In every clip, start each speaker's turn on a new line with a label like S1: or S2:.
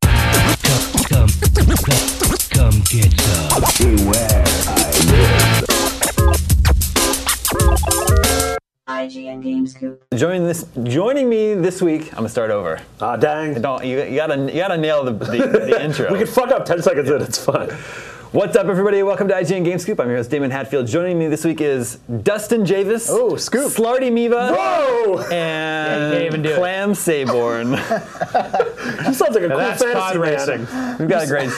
S1: come, come, come get some.
S2: IGN Games Coop.
S3: Join this, joining me this week, I'm going to start over.
S4: Ah, dang.
S3: Don't you, you gotta you gotta nail the, the, the intro.
S4: We could fuck up 10 seconds in, it's fine.
S3: What's up, everybody? Welcome to IGN Game Scoop. I'm your host Damon Hatfield. Joining me this week is Dustin Javis.
S4: Oh, Scoop.
S3: Slarty Miva.
S4: Whoa!
S3: And
S5: can't even do it.
S3: Clam Sayborn.
S4: He sounds like a cool
S5: that's pod
S4: fantasy man.
S5: racing.
S3: We've got a great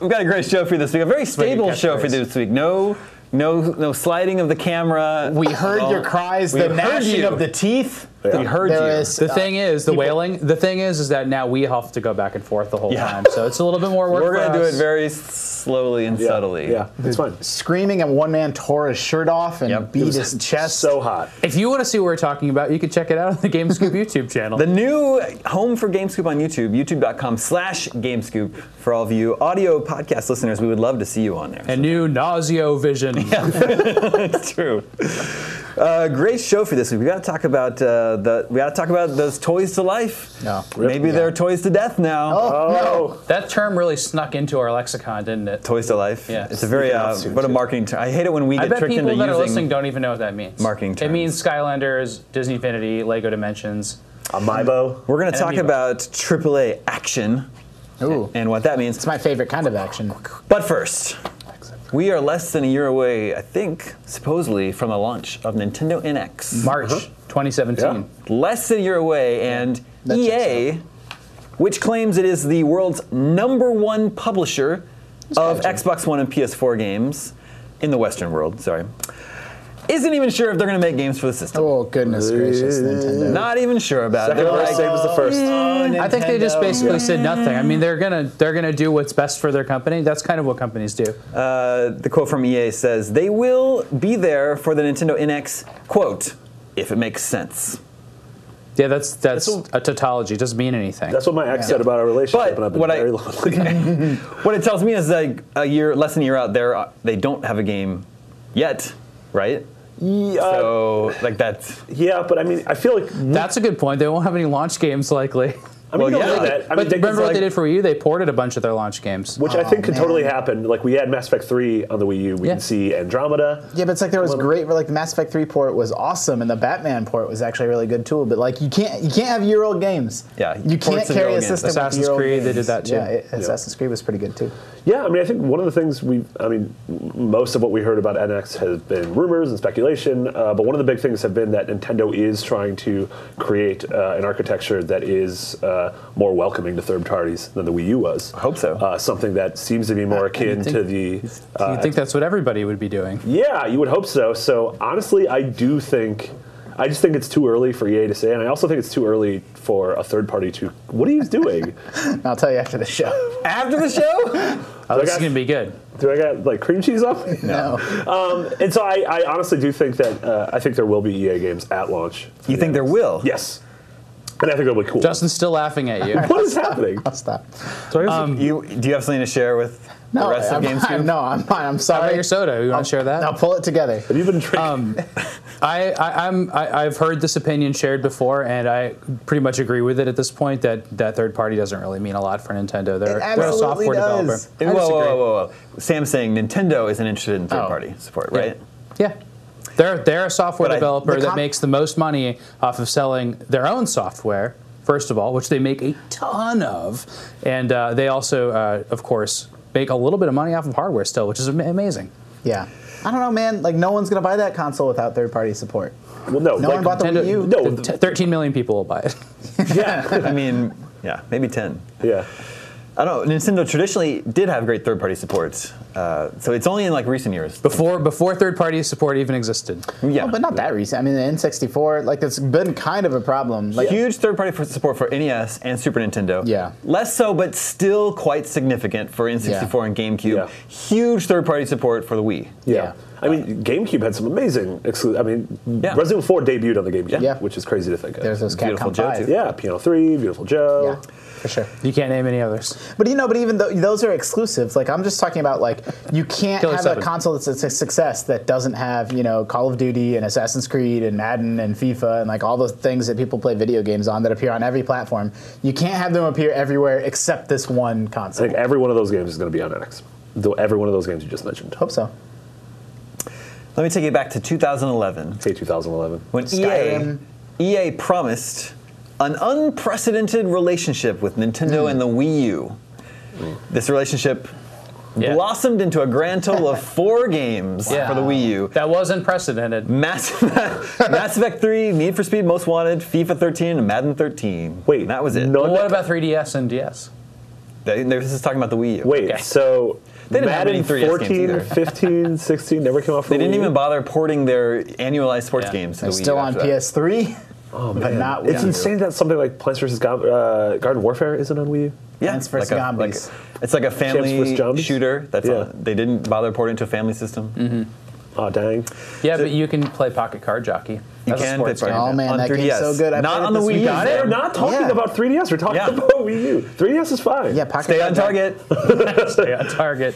S3: we've got a great show for you this week. A very stable show for you this week. No no no sliding of the camera.
S6: We heard
S3: Oh,
S6: your cries,
S3: we
S6: the
S3: heard
S6: gnashing
S3: you.
S6: of the teeth.
S3: We heard
S6: There
S3: you.
S6: is- uh,
S5: The thing is, the wailing. The thing is, is that now we have to go back and forth the whole
S3: Yeah.
S5: time, so it's a little bit more work.
S3: We're
S5: for
S3: gonna do it
S5: us.
S3: very slowly and
S4: Yeah,
S3: subtly.
S4: Yeah, it's fine.
S6: Screaming and one man tore his shirt off and
S3: Yep. It
S6: beat
S3: was
S6: his chest.
S4: So hot.
S5: If you want to see what we're talking about, you can check it out on the GameScoop YouTube channel.
S3: The new home for GameScoop on YouTube, youtube.com slash GameScoop. For all of you audio podcast listeners, we would love to see you on there.
S5: a new Nauseo Vision.
S3: It's true. Uh, great show for this week. We got to talk about uh, the. We got to talk about those toys to life.
S6: Yeah. Rip,
S3: Maybe they're toys to death now.
S4: Oh,
S5: That term really snuck into our lexicon, didn't it?
S3: Toys to life.
S5: Yeah.
S3: It's a very
S4: Sneaking out
S3: uh,
S4: soon,
S3: what a
S4: too.
S3: marketing term. I hate it when we
S5: I
S3: get
S5: bet
S3: tricked into
S5: people that are
S3: using.
S5: listening don't even know what that means.
S3: Marketing
S5: It
S3: terms.
S5: means Skylanders, Disney Infinity, Lego Dimensions.
S4: a Mibo.
S3: We're going to
S5: And
S3: talk
S5: Amiibo.
S3: about AAA action
S6: Ooh.
S3: and what that means.
S6: It's my favorite kind of action.
S3: But first, we are less than a year away, I think, supposedly, from the launch of Nintendo NX.
S5: March 2017.
S3: less than a year away, and
S6: That
S3: EA, which claims it is the world's number one publisher of Xbox One and PS4 games in the Western world, sorry, isn't even sure if they're going to make games for the system.
S6: Oh goodness gracious, Nintendo.
S3: Not even sure about it.
S4: Second
S3: They're
S4: verse, same
S3: like,
S4: as the first.
S5: I think they just basically said nothing. I mean, they're gonna they're gonna do what's best for their company. That's kind of what companies do.
S3: uh, the quote from EA says, they will be there for the Nintendo NX, quote, if it makes sense.
S5: Yeah, that's that's
S4: That's
S5: a tautology. Doesn't mean anything.
S4: That's what my ex said about our
S3: But
S4: relationship, and I've been
S3: what I-
S4: very lonely.
S3: What it tells me is like a year, less than a year out there, uh, they don't have a game yet, right?
S4: yeah,
S3: So, like that's.
S4: uh, yeah, but I mean, I feel like.
S5: That's a good point. They won't have any launch games likely.
S4: I mean,
S3: Well,
S4: you don't
S3: yeah.
S4: know that. I
S5: but
S4: mean, they,
S5: remember what
S4: like,
S5: they did for Wii U? They ported a bunch of their launch games. Oh.
S4: Which I think could
S6: man.
S4: totally happen. Like, we had Mass Effect 3 on the Wii U. We
S5: Yeah.
S4: can see Andromeda.
S6: Yeah, but it's like there was great. Like the Mass Effect 3 port was awesome, and the Batman port was actually really good too. But like you can't you can't have year old games.
S3: Yeah,
S6: you can't
S3: ports of
S6: carry
S3: year-old games.
S6: a system. with
S5: Assassin's
S6: year-old
S5: Creed, they did
S6: games.
S5: that, too.
S6: Yeah, it- Assassin's Creed was pretty good too.
S4: Yeah, I mean, I think one of the things we, I mean, most of what we heard about NX has been rumors and speculation, uh, but one of the big things have been that Nintendo is trying to create uh, an architecture that is uh, uh, more welcoming to third parties than the Wii U was. I
S3: hope so.
S4: Uh, something that seems to be more akin
S5: think-
S4: to the.
S5: Do
S4: Uh,
S5: you think that's what everybody would be doing?
S4: yeah, you would hope so. So honestly, I do think. I just think it's too early for EA to say, and I also think it's too early for a third party to. What are you doing?
S6: I'll tell you after the show.
S3: After the show?
S5: Oh, this
S4: got-
S5: is gonna be good.
S4: Do I got like cream cheese up?
S6: No.
S4: Um, and so I, I honestly do think that uh, I think there will be EA games at launch.
S3: You think there will?
S4: Yes, and I think it'll be cool.
S5: Justin's still laughing at you.
S4: what is happening?
S6: I'll stop.
S3: you, do you have something to share with
S6: Um, No,
S3: the rest
S6: I'm,
S3: of Gamescube?
S6: I'm- no, I'm fine. I'm
S5: How
S6: sorry.
S5: about your soda? You want to share that?
S6: Now pull it together.
S4: Have you been drinking?
S3: Um,
S5: I, I, I'm, I, I've heard this opinion shared before, and I pretty much agree with it at this point. That that third party doesn't really mean a lot for Nintendo. They're, they're a
S6: absolutely
S5: software
S6: does.
S3: Whoa,
S5: developer. I
S3: whoa,
S5: disagree.
S3: whoa, whoa, whoa. Sam's saying Nintendo isn't interested in third
S6: Oh.
S3: party support,
S5: Yeah.
S3: right?
S5: Yeah. They're, they're a software
S3: But I-
S5: developer
S3: the
S5: that
S3: comp-
S5: makes the most money off of selling their own software, first of all, which they make a ton of. And uh, they also, uh, of course, make a little bit of money off of hardware still, which is ama- amazing.
S6: Yeah. I don't know, man. Like no one's gonna buy that console without third-party support.
S4: well, no.
S6: No
S4: like-
S6: one bought
S3: Oh,
S6: the
S5: Nintendo-
S6: Wii U.
S4: No.
S5: the t- 13 million people will buy it.
S3: I mean, yeah, maybe 10.
S4: Yeah.
S3: I don't know. Nintendo traditionally did have great third party supports. Uh, so it's only in like recent years.
S5: Before, before third party support even existed.
S3: yeah.
S6: Oh, but not that recent. I mean, the N64, like it's been kind of a problem. Like
S3: Huge third party support for NES and Super Nintendo.
S6: Yeah.
S3: Less so, but still quite significant for N64 and GameCube.
S4: Yeah.
S3: Huge third party support for the Wii.
S4: Yeah. I mean, GameCube had some amazing. Exclu- I mean,
S3: Yeah.
S4: Resident Evil 4 debuted on the GameCube,
S6: Yeah.
S4: which is crazy to think of.
S6: there's those
S3: Beautiful
S6: Capcom
S3: Joe,
S6: 5.
S3: too.
S4: yeah, Piano 3, Beautiful Joe.
S6: Yeah, for sure.
S5: You can't name any others.
S6: But you know, but even though those are exclusives, like I'm just talking about, like you can't
S5: Killer
S6: have a
S5: seven.
S6: console that's a su- success that doesn't have you know Call of Duty and Assassin's Creed and Madden and FIFA and like all those things that people play video games on that appear on every platform. You can't have them appear everywhere except this one
S4: I
S6: console.
S4: think every one of those games is going to be on NX. Though every one of those games you just mentioned.
S6: Hope so.
S3: Let me take you back to 2011
S4: Say 2011.
S3: when E
S6: Skyrim.
S3: EA, EA promised an unprecedented relationship with
S4: Hmm.
S3: Nintendo and the Wii U. This relationship
S5: Yeah.
S3: blossomed into a grand total of four games
S5: Yeah.
S3: for the Wii U.
S5: That was unprecedented.
S3: Mass, Mass Effect 3, Need for Speed Most Wanted, FIFA 13, and Madden 13.
S4: Wait,
S3: And that was it.
S4: none-
S5: Well, what about 3DS and DS?
S3: They- they- This is talking about the Wii U.
S4: Wait,
S5: Okay.
S4: so
S3: They didn't have any
S4: Madden
S3: 3DS games
S4: 14,
S3: either.
S4: 15, 16 never came out for
S3: They didn't
S4: Wii U?
S3: even bother porting their annualized sports
S5: Yeah.
S3: games to
S6: They're
S3: the Wii
S6: still
S3: U
S6: on
S3: after that. Oh,
S6: PS3, but not.
S4: It's
S6: Wii U.
S4: insane that something like Plants vs. Gob- uh, Garden Warfare isn't on Wii U.
S3: Yeah,
S6: Plants vs.
S3: a- a-
S6: Zombies.
S3: it's like a
S4: vs.
S3: family
S4: Zombies?
S3: shooter. That's
S4: Yeah.
S3: on it. They didn't bother porting to a family system.
S5: Mm.
S4: Oh, dang.
S5: Yeah, but you can play Pocket Card Jockey.
S3: You
S5: That's a
S3: can play
S5: sports game.
S3: Friday
S6: Oh,
S3: Night
S6: man,
S3: on
S6: that
S3: 3DS.
S6: game's so good. I
S3: Not
S6: played it
S3: on the
S6: this
S3: Wii U.
S6: weekend.
S4: We're not talking
S6: Yeah.
S4: about 3DS. We're talking
S3: Yeah.
S4: about Wii U. 3DS is fine.
S6: Yeah, Pocket
S3: Stay on
S6: Guide Back
S3: target.
S5: Stay on target.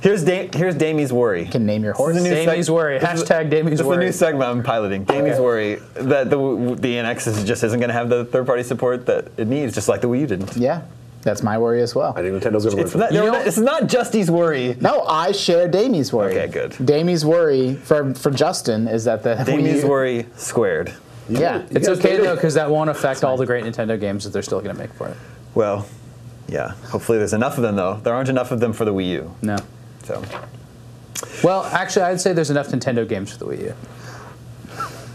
S3: Here's da- here's Damie's worry.
S6: Can name your horse.
S3: This is a new
S5: Damie's
S3: seg-
S5: worry.
S3: this is-
S5: Hashtag Damie's
S3: this is
S5: worry.
S3: a new segment I'm piloting. Damie's
S5: Okay.
S3: worry that the w- the NX is just isn't going to have the third party support that it needs, just like the Wii U didn't.
S6: Yeah, that's my worry as well.
S4: I think Nintendo's going to learn
S3: It's
S4: from that.
S3: not, they're
S5: know-
S3: not- it's not Justy's worry.
S6: No, I share Damie's worry.
S3: Okay, good.
S6: Damie's worry for for Justin is that the
S3: Damie's
S6: Wii U-
S3: worry squared.
S6: Yeah,
S5: It's
S4: guys
S5: okay
S4: did it.
S5: though, because that won't affect all the great Nintendo games that they're still going to make for it.
S3: Well, yeah. Hopefully, there's enough of them though. There aren't enough of them for the Wii U.
S5: No.
S3: So
S5: Well, actually, I'd say there's enough Nintendo games for the Wii U.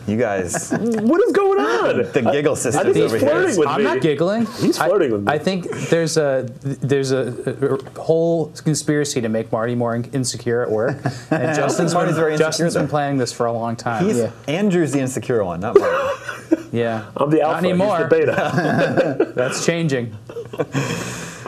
S3: you guys,
S4: What is going on?
S3: the giggle
S4: I
S3: system
S4: think
S3: over
S4: he's
S3: here.
S4: flirting
S3: is-
S4: with
S5: I'm
S4: me.
S5: not giggling.
S4: He's flirting
S5: I,
S4: with me.
S5: I think there's a there's a, a whole conspiracy to make Marty more in- insecure at work. And Justin's been,
S3: Marty's very insecure,
S5: Justin's been
S3: though.
S5: planning this for a long time.
S3: He's,
S6: Yeah.
S3: Andrew's the insecure one, not Martin.
S5: yeah.
S4: I'm the alpha.
S5: Not anymore.
S4: He's the beta. Uh,
S5: That's changing.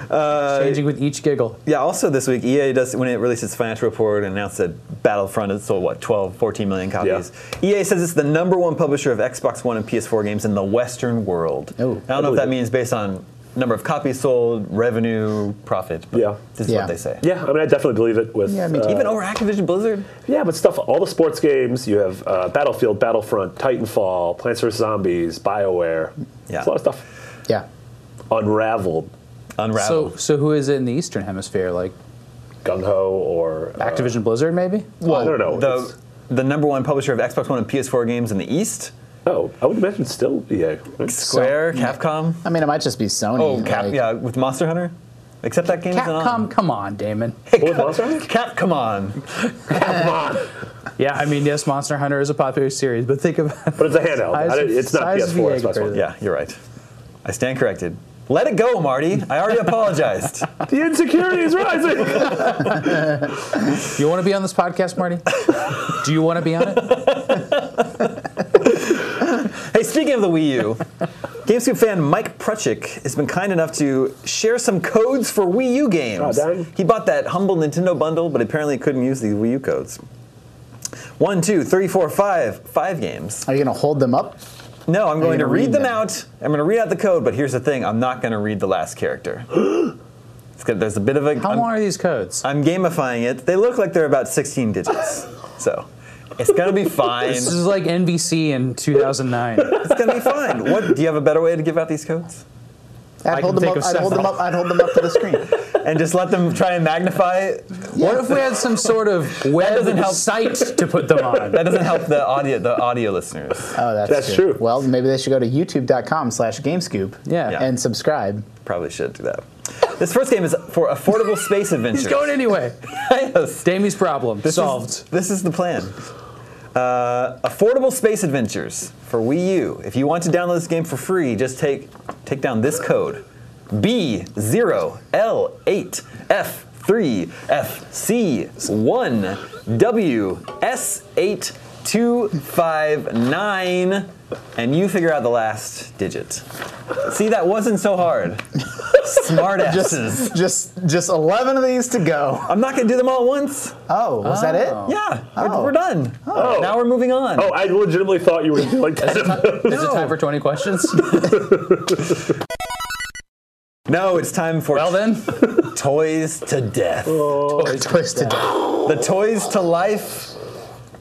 S5: It's changing with each giggle.
S3: Yeah, also this week, EA does, when it released its financial report and announced that Battlefront had sold, what, 12, 14 million copies? EA says it's the number one publisher of Xbox One and PS4 games in the Western world.
S6: Oh.
S3: I don't know
S4: believe
S3: if that
S4: it.
S3: means based on number of copies sold, revenue, profit, but
S4: Yeah.
S3: this is
S6: Yeah.
S3: what they say.
S4: yeah, I mean, I definitely believe it. With
S6: Yeah, me too.
S4: uh,
S3: Even over Activision Blizzard?
S4: yeah, but stuff. All the sports games you have: uh, Battlefield, Battlefront, Titanfall, Plants vs Zombies, Bioware.
S3: Yeah.
S4: It's a lot of stuff.
S6: Yeah,
S4: Unraveled,
S3: Unravel.
S5: So so who is it in the Eastern Hemisphere? Like
S4: Gung Ho, or uh,
S5: Activision Blizzard, maybe?
S4: I don't know.
S3: Oh, the,
S4: It's-
S3: the number one publisher of Xbox One and PS4 games in the East?
S4: oh, I would imagine still E EA.
S3: Square, Capcom?
S6: I mean, it might just be Sony.
S3: Oh, Cap,
S6: like-
S3: yeah, with Monster Hunter? Except that game isn't
S5: Capcom,
S3: on.
S5: come on, Damon.
S4: What was Monster Hunter?
S3: Cap, come on.
S4: Come on.
S5: Yeah, I mean, yes, Monster Hunter is a popular series, but think about
S4: But it's a handheld. I
S5: Size
S4: didn't-
S5: of-
S4: it's not
S5: size of
S4: PS4.
S5: EA
S4: Xbox One.
S5: compared
S3: Yeah, you're right. I stand corrected. Let it go, Marty. I already apologized.
S4: The insecurity is rising.
S5: You want to be on this podcast, Marty? Do you want to be on it?
S3: Hey, speaking of the Wii U, GameScoop fan Mike Prutchick has been kind enough to share some codes for Wii U
S6: Ah,
S3: games.
S4: Oh, dang.
S3: he bought that humble Nintendo bundle, but apparently couldn't use the Wii U codes. One, two, three, four, five, five games.
S6: Are you going to hold them up?
S3: No, I'm going to
S6: gonna
S3: read,
S6: read
S3: them
S6: them?
S3: out. I'm going to read out the code, but here's the thing: I'm not going to read the last character. It's good. There's a bit of a.
S5: How
S3: I'm-
S5: long are these codes?
S3: I'm gamifying it. They look like they're about 16 digits, so it's gonna be fine.
S5: This
S3: It's
S5: is like NBC in 2009.
S3: gonna be fine. What? Do you have a better way to give out these codes?
S5: I
S6: I'd hold
S5: can
S6: them
S5: think
S6: up.
S5: of
S6: I'd hold them
S5: several.
S6: up. I'd hold them up to the screen.
S3: And just let them try and magnify.
S5: What if we had some sort of web
S3: doesn't help.
S5: site to put them on?
S3: That doesn't help the audio the audio listeners.
S6: Oh, that's,
S4: That's true.
S6: Well, maybe they should go to YouTube.com/slash/GameScoop.
S5: Yeah. Yeah.
S6: And subscribe.
S3: Probably should do that. This first game is for affordable space adventures.
S5: It's going anyway.
S3: Yes.
S5: Damy's problem
S3: This is-
S5: solved.
S3: this is the plan. Uh, affordable space adventures for Wii U. If you want to download this game for free, just take take down this code: B0L8F3FC1WS829, and you figure out the last digit. See, that wasn't so hard. Smart asses.
S6: Just, just, just eleven of these to go.
S3: I'm not gonna do them all at once.
S6: Oh, was that it?
S3: Yeah, we're-
S6: Oh.
S3: we're done. Now we're moving on.
S4: oh, I legitimately thought you were gonna be like that.
S5: Is it time for 20 questions?
S3: No, it's time for
S5: well then,
S3: Toys to Death.
S6: Toys to death.
S3: The Toys to Life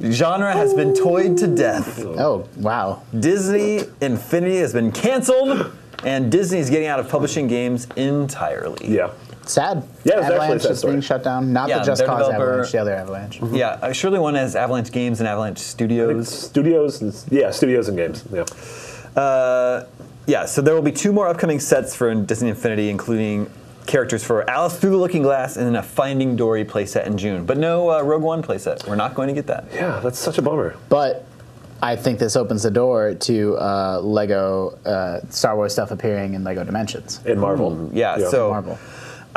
S3: genre has been toyed to death.
S6: Oh, wow.
S3: Disney Infinity has been canceled, and Disney's getting out of publishing games entirely.
S4: yeah.
S6: Sad.
S4: Yeah, it was actually a
S6: Avalanche
S4: sad
S6: is
S4: story.
S6: being shut down. Not
S3: Yeah,
S6: the Just
S3: their
S6: Cause
S3: developer-
S6: Avalanche, the other Avalanche.
S3: Yeah, uh, surely one has Avalanche Games and Avalanche Studios.
S4: Studios, and, yeah, studios and games. Yeah.
S3: Uh, yeah, so there will be two more upcoming sets for Disney Infinity, including characters for Alice Through the Looking Glass and then a Finding Dory playset in June. But no uh, Rogue One playset. We're not going to get that.
S4: Yeah, that's such a bummer.
S6: But I think this opens the door to uh, Lego uh, Star Wars stuff appearing in Lego Dimensions.
S4: In Marvel.
S3: Mm, Yeah, so
S6: Marvel.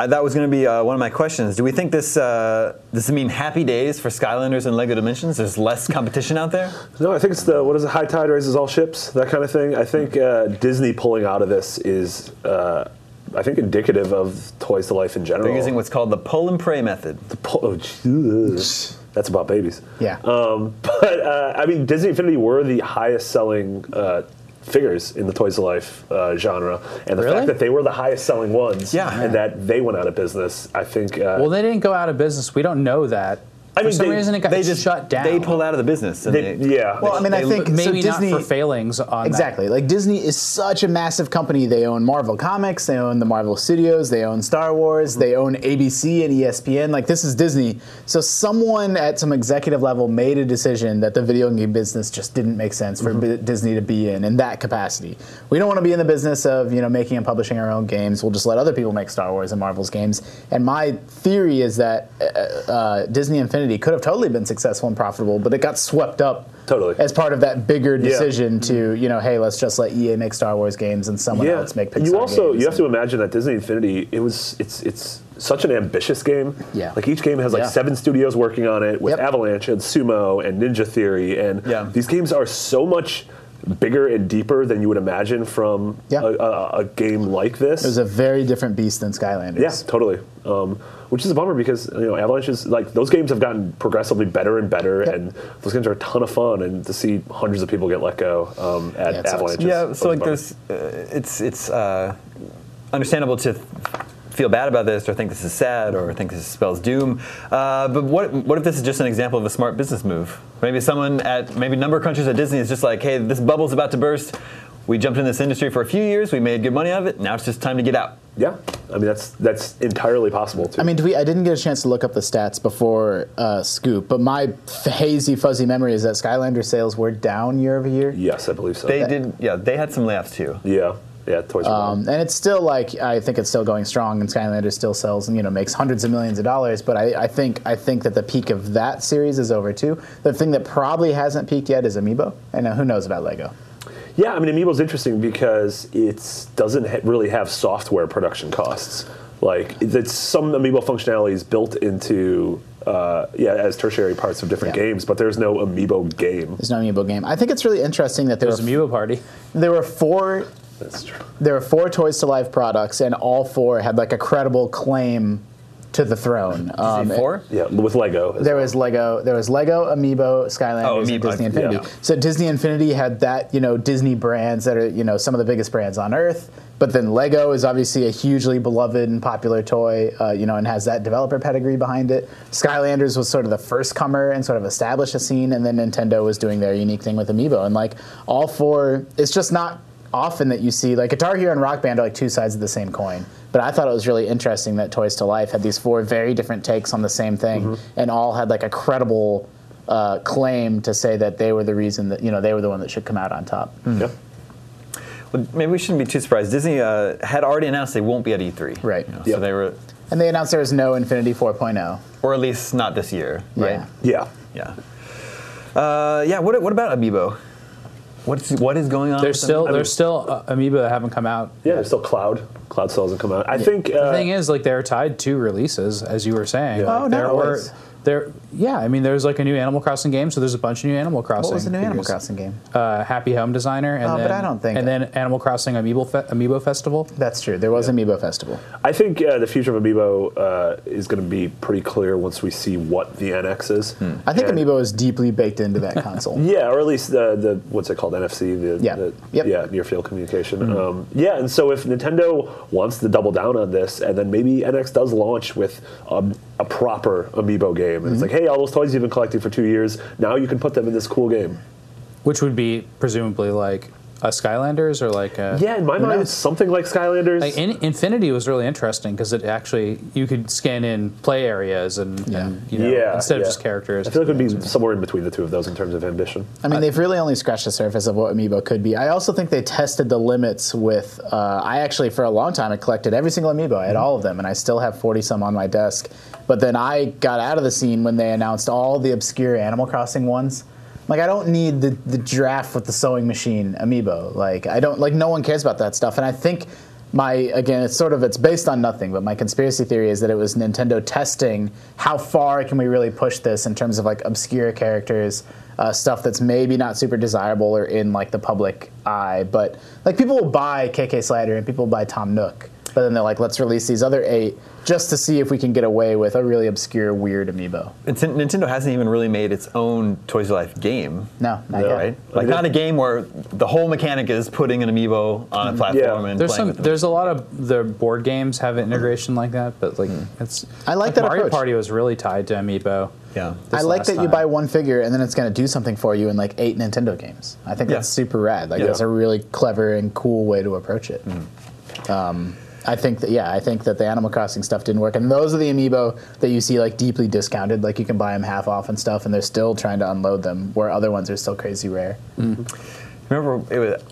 S3: I, that was going to be uh, one of my questions. Do we think this uh, does it mean happy days for Skylanders and Lego Dimensions? There's less competition out there.
S4: No, I think it's the what is it? High tide raises all ships, that kind of thing. I think uh, Disney pulling out of this is, uh, I think, indicative of Toys to Life in general.
S3: They're using what's called the pull and pray method.
S4: The pull- oh, jeez. that's about babies.
S6: Yeah.
S4: Um, but uh, I mean, Disney Infinity were the highest selling. Uh, Figures in the Toys to Life uh, genre, and the
S5: Really?
S4: fact that they were the highest selling ones,
S3: Yeah.
S4: and that they went out of business, I think. Uh,
S5: well, they didn't go out of business. We don't know that.
S4: I mean,
S5: for some
S4: they-
S5: reason, it got
S3: They just
S5: shut down.
S3: They pulled out of the business. And
S4: they-
S3: they,
S4: yeah,
S6: Well, I mean, I
S3: They-
S6: think
S5: But maybe
S6: so Disney,
S5: not for failings on that.
S6: Exactly. Like Disney is such a massive company. They own Marvel Comics, they own the Marvel Studios, they own Star Wars, they own ABC and E ESPN. Like this is Disney. So someone at some executive level made a decision that the video game business just didn't make sense for B- Disney to be in in that capacity. We don't want to be in the business of, you know, making and publishing our own games. We'll just let other people make Star Wars and Marvel's games. And my theory is that uh, uh, Disney Infinity could have totally been successful and profitable, but it got swept up
S4: Totally.
S6: as part of that bigger decision to you know hey let's just let EA make Star Wars games and someone else make Pixar
S4: You also
S6: games.
S4: you have to imagine that Disney Infinity it was it's it's such an ambitious game.
S6: Yeah.
S4: Like each game has like
S6: Yeah.
S4: seven studios working on it with
S6: Yep.
S4: Avalanche and Sumo and Ninja Theory and
S3: Yeah.
S4: these games are so much bigger and deeper than you would imagine from
S6: Yeah.
S4: a, a, a game like this.
S6: it was a very different beast than Skylanders.
S4: Yeah, totally. Um, which is a bummer because you know Avalanche is like those games have gotten progressively better and better,
S6: Yep.
S4: and those games are a ton of fun. And to see hundreds of people get let go um, at
S6: Yeah, it sucks.
S4: Avalanche, is
S3: yeah.
S4: always
S3: So
S4: a
S3: like,
S4: bummer.
S3: there's uh, it's it's uh, understandable to feel bad about this or think this is sad or think this spells doom. Uh, but what what if this is just an example of a smart business move? Maybe someone at maybe number crunchers at Disney is just like, hey, this bubble's about to burst. We jumped in this industry for a few years. We made good money out of it. Now it's just time to get out.
S4: yeah. I mean that's that's entirely possible too.
S6: I mean, do we, I didn't get a chance to look up the stats before uh, Scoop, but my f- hazy, fuzzy memory is that Skylander sales were down year over year.
S4: Yes, I believe so.
S3: They did. Yeah, they had some layoffs too.
S4: Yeah, yeah, Toys R Us.
S6: Um, and it's still like I think it's still going strong, and Skylander still sells and you know makes hundreds of millions of dollars. But I, I think I think that the peak of that series is over too. The thing that probably hasn't peaked yet is Amiibo, and uh, who knows about Lego?
S4: Yeah, I mean, Amiibo's interesting because it doesn't ha- really have software production costs. Like, it's some Amiibo functionality is built into, uh, yeah, as tertiary parts of different
S6: Yeah.
S4: games, but there's no Amiibo game.
S6: There's no amiibo game. I think it's really interesting that there
S5: There's
S6: were
S5: a Amiibo party.
S6: there were four
S4: That's true.
S6: there were four Toys to Life products, and all four had like a credible claim to the throne. Um,
S3: Uh, four?
S4: Yeah, with Lego.
S6: There was Lego. There was Lego, Amiibo, Skylanders,
S3: Oh,
S6: and
S3: Amiibo,
S6: Disney
S3: yeah.
S6: Infinity. So Disney Infinity had that, you know, Disney brands that are, you know, some of the biggest brands on earth. But then Lego is obviously a hugely beloved and popular toy, uh, you know, and has that developer pedigree behind it. Skylanders was sort of the first comer and sort of established a scene, and then Nintendo was doing their unique thing with Amiibo. And like all four, it's just not often that you see like Guitar Hero and Rock Band are like two sides of the same coin. But I thought it was really interesting that Toys to Life had these four very different takes on the same thing,
S3: Mm-hmm.
S6: and all had like a credible uh, claim to say that they were the reason that you know they were the one that should come out on top.
S4: Yeah.
S3: Well, maybe we shouldn't be too surprised. Disney uh, had already announced they won't be at E3.
S6: Right.
S3: You know,
S4: Yep.
S3: So they were,
S6: And they announced there was no Infinity oh. 4.0.
S3: or at least not this year, right?
S6: Yeah.
S4: Yeah.
S3: Yeah. Uh, yeah. What, what about Amiibo? What's what is going on?
S5: There's
S3: with
S5: still
S3: Amiibo?
S5: there's still uh, Amiibo that haven't come out.
S4: Yeah, there's still Cloud. Cloud still hasn't come out. I think. Uh,
S5: The thing is, like they're tied to releases, as you were saying.
S4: Yeah.
S5: Like,
S6: Oh,
S5: there
S6: not
S5: were
S6: always.
S5: there. Yeah, I mean, there's like a new Animal Crossing game, so there's a bunch of new Animal Crossing.
S6: What was the new Animal
S5: figures.
S6: Crossing game?
S5: Uh, Happy Home Designer, and
S6: Oh, but
S5: then
S6: I don't think-
S5: and then Animal Crossing Amiibo Fe- Amiibo Festival.
S6: That's true. There was Amiibo Festival.
S4: I think uh, the future of Amiibo uh, is going to be pretty clear once we see what the NX is.
S5: Hmm.
S6: I think
S4: And-
S6: Amiibo is deeply baked into that console.
S4: Yeah, or at least the, the what's it called NFC, the,
S6: Yeah.
S4: the-
S6: Yep.
S4: yeah near field communication.
S5: Hmm.
S4: Um, yeah, and so if Nintendo wants to double down on this, and then maybe NX does launch with um, a proper Amiibo game, and
S5: Hmm.
S4: it's like, hey, all those toys you've been collecting for two years, now you can put them in this cool game.
S5: which would be presumably like a Skylanders or like a
S4: Yeah, in my mind, it's something like Skylanders.
S5: Like in, Infinity was really interesting because it actually you could scan in play areas and, and you know
S4: yeah,
S5: instead of
S4: yeah.
S5: just characters.
S4: I feel like it would be somewhere in between the two of those in terms of ambition.
S6: I mean, they've really only scratched the surface of what Amiibo could be. I also think they tested the limits with. Uh, I actually, for a long time, I collected every single Amiibo. I had all of them, and I still have 40 some on my desk. But then I got out of the scene when they announced all the obscure Animal Crossing ones. Like, I don't need the, the giraffe with the sewing machine Amiibo. Like, I don't, like, no one cares about that stuff. And I think my again it's sort of it's based on nothing but my conspiracy theory is that it was nintendo testing how far can we really push this in terms of like obscure characters uh, stuff that's maybe not super desirable or in like the public eye but like people will buy kk slider and people will buy tom nook but then they're like let's release these other eight just to see if we can get away with a really obscure weird amiibo
S3: It's- Nintendo hasn't even really made its own Toys to Life game.
S6: no not
S4: No,
S6: yet.
S3: Right? Like not a game where the whole mechanic is putting an amiibo on a platform and
S5: Mm-hmm. there's
S3: playing
S5: some
S3: with them.
S5: there's a lot of the board games have integration like that, but like it's
S6: Hmm. I like that
S5: Mario
S6: approach.
S5: Party was really tied to Amiibo.
S3: yeah.
S5: this
S6: I like
S5: last
S6: that you
S5: time.
S6: buy one figure and then it's going to do something for you in like eight Nintendo games. I think
S3: Yeah.
S6: that's super rad. Like
S3: Yeah.
S6: that's a really clever and cool way to approach it. Um, I think that yeah, I think that the Animal Crossing stuff didn't work, and those are the amiibo that you see like deeply discounted. Like you can buy them half off and stuff, and they're still trying to unload them where other ones are still crazy rare.
S3: Remember it was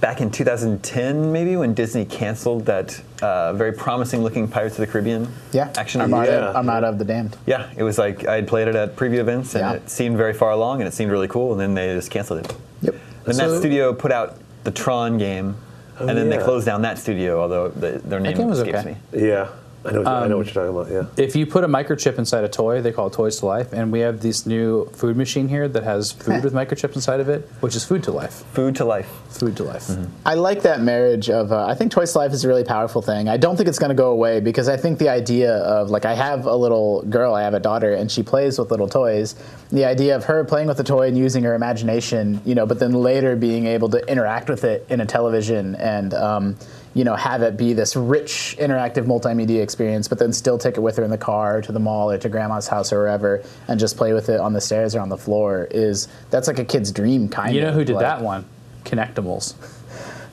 S3: back in 2010 maybe when Disney canceled that uh, very promising looking Pirates of the Caribbean
S6: Yeah,
S3: action
S6: I'm not,
S3: movie.
S4: Yeah.
S6: I'm not of the damned.
S3: Yeah, it was like I had played it at preview events and
S6: Yeah.
S3: it seemed very far along and it seemed really cool and then they just canceled it.
S6: Yep.
S3: And that
S5: So- Oh,
S3: studio put out the Tron game and then they
S4: yeah.
S3: closed down that studio although the, their name
S5: game was
S3: escapes
S5: okay.
S3: me.
S4: Yeah, I know. I
S5: Um,
S4: know what you're talking about. Yeah,
S5: If you put a microchip inside a toy, they call it Toys to Life, and we have this new food machine here that has food with microchips inside of it, which is food to life. Mm-hmm.
S3: Food to life.
S5: Food to life.
S6: I like that marriage of. Uh, I think Toys to Life is a really powerful thing. I don't think it's going to go away because I think the idea of like I have a little girl, I have a daughter, and she plays with little toys. The idea of her playing with a toy and using her imagination, you know, but then later being able to interact with it in a television and. Um, you know, have it be this rich interactive multimedia experience, but then still take it with her in the car or to the mall or to grandma's house or wherever, and just play with it on the stairs or on the floor is that's like a kid's dream kind
S5: You
S6: of.
S5: know who did
S6: like-
S5: that one? Connectimals.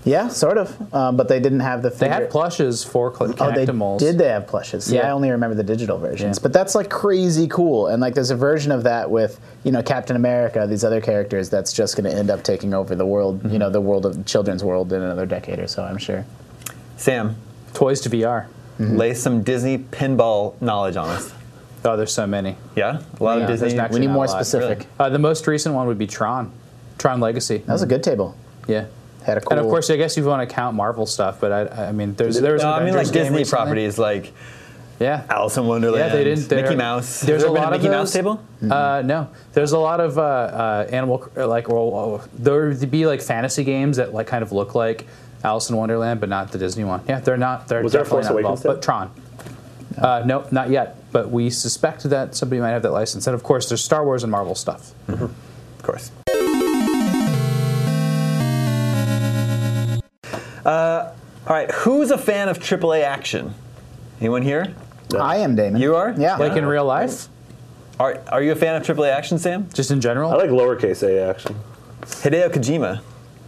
S6: yeah, sort of. Um, but they didn't have the.
S5: They
S6: Figure.
S5: had plushes for cl-
S6: Oh, they
S5: Connectimals.
S6: did. They have plushes. See,
S5: Yeah.
S6: I only remember the digital versions,
S5: Yeah.
S6: but that's like crazy cool. And like, there's a version of that with you know Captain America, these other characters. That's just going to end up taking over the world.
S5: Mm-hmm.
S6: You know, the world of children's world in another decade or so. I'm sure.
S3: Sam,
S5: Toys to VR.
S3: lay some Disney pinball knowledge on us.
S5: Oh, there's so many.
S3: Yeah, a lot
S5: Yeah,
S3: of
S5: there's
S3: Disney.
S5: not-
S6: we need
S5: not
S6: more
S5: a lot,
S6: specific.
S3: really.
S5: Uh, the most recent one would be Tron. Tron Legacy.
S6: That was a good table.
S5: Yeah.
S6: had a cool.
S5: And of course, I guess you want to count Marvel stuff, but I, I mean, there's there was
S3: No,
S5: an
S3: I mean, like
S5: Avengers game
S3: Disney
S5: recently.
S3: properties, like
S5: Yeah,
S3: Alice in Wonderland,
S5: Yeah, they didn't. there-
S3: Mickey Mouse. Has
S5: There's
S3: there
S5: a
S3: been
S5: lot
S3: Mickey
S5: of
S3: Mouse
S5: those.
S3: table.
S6: Mm-hmm.
S5: Uh, no, there's a lot of uh, uh, animal uh, like well, well, there would be like fantasy games that like kind of look like Alice in Wonderland, but not the Disney one. Yeah, they're not. They're
S4: Was there a
S5: definitely
S4: Force Awakens
S5: not involved. But Tron. Uh, no, not yet. But we suspect that somebody might have that license, and of course, there's Star Wars and Marvel stuff.
S3: Of course. Uh, all right, who's a fan of AAA action? Anyone here?
S6: I am Damon.
S3: You are?
S6: Yeah.
S5: Like in real life,
S3: Are, are you a fan of AAA action, Sam?
S5: just in general.
S4: I like lowercase a action.
S3: Hideo Kojima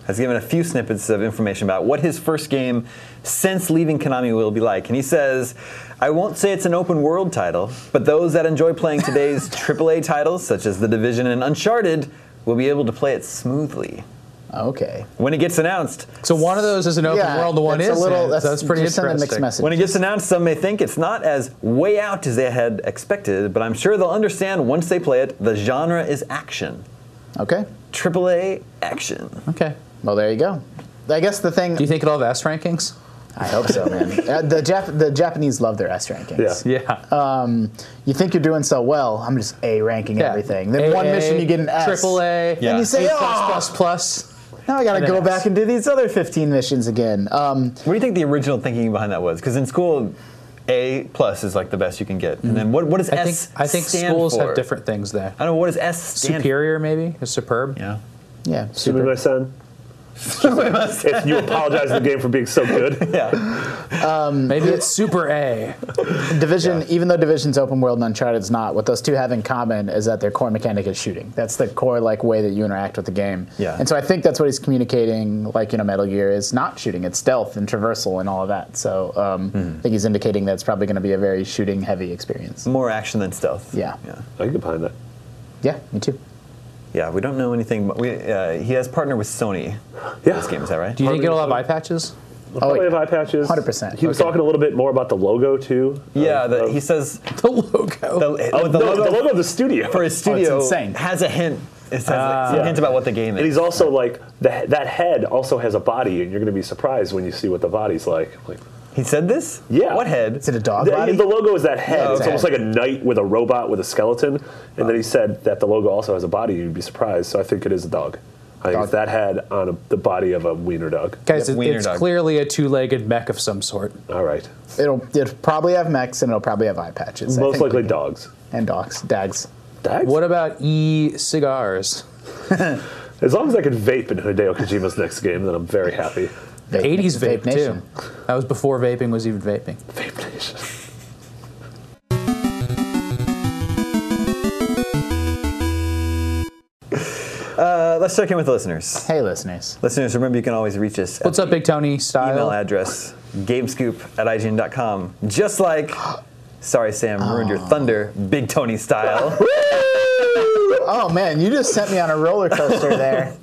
S3: has given a few snippets of information about what his first game since leaving Konami will be like. And he says, I won't say it's an open world title, but those that enjoy playing today's AAA titles, such as The Division and Uncharted, will be able to play it smoothly.
S6: okay.
S3: When it gets announced,
S5: so one of those is an open
S6: Yeah,
S5: world, the one
S6: that's
S5: is
S6: a little. That's,
S5: that's pretty
S6: you send a
S5: interesting.
S6: mixed message.
S3: when it gets announced, some may think it's not as way out as they had expected, but I'm sure they'll understand once they play it the genre is action.
S6: okay.
S3: AAA action.
S5: Okay.
S6: Well, there you go. I guess the thing.
S5: Do you think it'll have S rankings?
S6: I hope so, man. uh, the Jap- the Japanese love their S rankings.
S4: Yeah.
S5: Yeah.
S6: um, you think you're doing so well. I'm just A ranking
S5: Yeah.
S6: everything. Then one
S5: AA,
S6: mission you get an S.
S5: Triple A.
S3: Yeah.
S6: And you say,
S5: A
S6: oh,
S5: plus plus plus.
S6: now I got to
S5: and an
S6: go
S5: S.
S6: back and do these other 15 missions again. Um,
S3: What do you think the original thinking behind that was? Because in school, A plus is like the best you can get, and then what what does
S5: I
S3: S
S5: think I think
S3: stand
S5: schools
S3: for?
S5: have different things there.
S3: I don't know what does S stand
S5: Superior maybe or superb.
S3: for? Yeah.
S6: yeah.
S4: Stupid, my
S6: Super.
S4: son. If you apologize to the game for being so good.
S3: Yeah.
S5: Maybe it's super A.
S6: Division, even though Division's open world and Uncharted's not, what those two have in common is that their core mechanic is shooting. That's the core like way that you interact with the game.
S3: Yeah.
S6: And so I think that's what he's communicating. Like you know, Metal Gear is not shooting; it's stealth and traversal and all of that. So um,
S4: Hmm.
S6: I think he's indicating that it's probably going to be a very shooting heavy experience.
S3: More action than stealth.
S6: Yeah.
S3: Yeah.
S4: I Oh, can get behind that.
S6: Yeah, me too.
S3: Yeah. We don't know anything. But we uh, he has partnered with Sony.
S4: Yeah.
S3: This game is that right?
S5: Do you think it'll have eye patches?
S6: Oh,
S4: Probably
S6: yeah.
S4: have eye patches.
S6: 100%.
S4: He was
S6: Okay.
S4: talking a little bit more about the logo too.
S3: yeah.
S4: of-
S3: The,
S4: of-
S3: he says
S5: The logo.
S3: the, oh, the
S4: no,
S3: logo
S4: the logo of the studio.
S3: for
S5: Oh,
S3: his studio
S6: insane.
S3: has a hint. It has
S5: Ah.
S3: a- some
S4: Yeah.
S3: hint about what the game
S4: And
S3: is.
S4: he's also like the, that head also has a body, and you're going to be surprised when you see what the body's like. Like
S3: He said this.
S4: Yeah.
S3: What head?
S6: Is it a dog
S4: the,
S6: body?
S4: the logo is that head.
S3: Oh,
S4: it's
S3: okay.
S4: almost like a knight with a robot with a skeleton. And then he said that the logo also has a body. You'd be surprised. So I think it is a dog. I think it's that head on a, the body of a wiener dog.
S5: Guys, it-
S3: wiener
S5: it's
S3: dog.
S5: clearly a two-legged mech of some sort.
S4: All right.
S6: It'll, it'll probably have mechs and it'll probably have eye patches. I
S4: Most
S6: think.
S4: likely dogs.
S6: And dogs, dags.
S4: Dags?
S5: What about e cigars?
S4: As long as I can vape in Hideo Kojima's next game, then I'm very happy.
S6: Vape-
S5: 80s vape,
S6: Nation.
S5: too. That was before vaping was even vaping.
S4: Vape Nation.
S3: Uh, let's check in with the listeners.
S6: Hey, listeners.
S3: Listeners, remember you can always reach us. at
S5: What's up, Big Tony? Style.
S3: email address gamescoop at ign.com just like sorry sam ruined your thunder big tony style
S6: Oh man, you just sent me on a roller coaster there.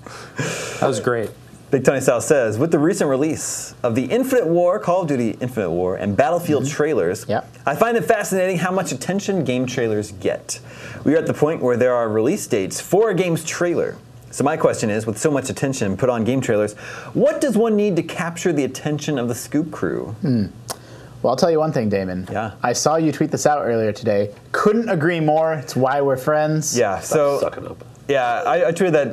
S5: That was great.
S3: big tony style says with the recent release of the infinite war call of duty infinite war and battlefield trailers
S6: Yep.
S3: i find it fascinating how much attention game trailers get we are at the point where there are release dates for a game's trailer so my question is with so much attention put on game trailers what does one need to capture the attention of the scoop crew
S6: Well, I'll tell you one thing, Damon.
S3: Yeah.
S6: I saw you tweet this out earlier today. Couldn't agree more. It's why we're friends.
S3: yeah so
S4: Sucking up.
S3: yeah i, I tweeted that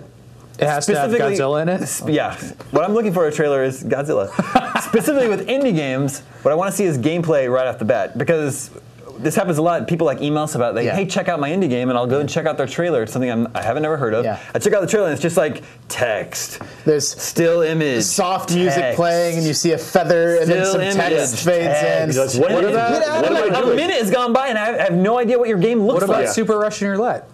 S5: It has to have
S3: Specifically-
S5: Godzilla in it.
S3: Sp- Yeah, what I'm looking for in a trailer is Godzilla. Specifically with indie games, what I want to see is gameplay right off the bat because this happens a lot. People like email us about like,
S6: Yeah.
S3: hey, check out my indie game, and I'll go and check out their trailer. It's something I'm, I haven't ever heard of.
S6: Yeah.
S3: I check out the trailer, and it's just like text,
S6: There's
S3: still image,
S6: soft music
S3: text.
S6: playing, and you see a feather, and then
S3: Still
S6: some
S3: image,
S6: text fades
S3: text.
S6: in.
S4: You're like, what
S6: And
S4: about-
S6: get out of
S4: what
S6: my-
S4: about-
S3: A minute has gone by, and I have, I have no idea what your game looks
S5: What about
S3: like.
S5: Super Russian Roulette?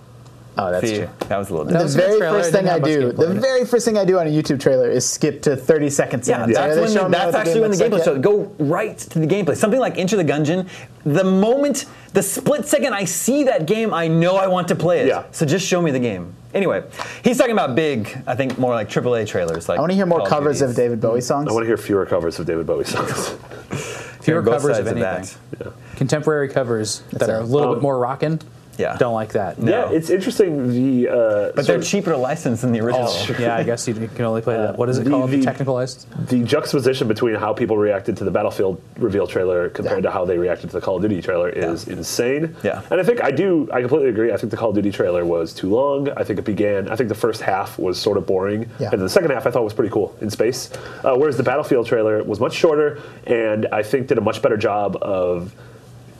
S6: Oh, that's
S3: See,
S6: true.
S3: that was a little.
S6: The
S5: was a good
S6: very
S5: trailer.
S6: first
S5: It didn't
S6: thing I
S5: have much
S6: do,
S5: gameplay
S6: the
S5: in it.
S6: very first thing I do on a YouTube trailer is skip to 30 seconds.
S3: Yeah,
S6: in. Are
S3: that's
S6: they
S3: when the,
S6: showing me what
S3: that's
S6: the
S3: actually
S6: game
S3: when the
S6: looks
S3: gameplay
S6: like
S3: show.
S6: yet?
S3: Go right to the gameplay. Something like Enter the Gungeon. The moment, the split second I see that game, I know I want to play it.
S4: Yeah.
S3: So just show me the game. Anyway, he's talking about big. I think more like AAA trailers. Like
S6: I want to hear more
S3: Call
S6: covers of
S3: Duties.
S6: David Bowie songs.
S4: I want to hear fewer covers of David Bowie songs.
S5: Fewer
S3: Both
S5: covers
S3: sides
S5: of anything.
S3: that.
S5: Contemporary covers that
S6: it.
S5: are a little
S4: Um,
S5: bit more rockin'.
S3: Yeah.
S5: Don't like that.
S4: Yeah, it's interesting. The uh,
S3: But they're cheaper to license than the original.
S5: Oh, yeah, I guess you can only play that. What is it
S4: the-
S5: called? The
S4: the-
S5: technical license?
S4: the juxtaposition between how people reacted to the Battlefield reveal trailer compared to how they reacted to the Call of Duty trailer is insane.
S3: Yeah.
S4: And I think I do, I completely agree. I think the Call of Duty trailer was too long. I think it began, I think the first half was sort of boring.
S6: Yeah.
S4: And the second half I thought was pretty cool in space. Uh, whereas the Battlefield trailer was much shorter and I think did a much better job of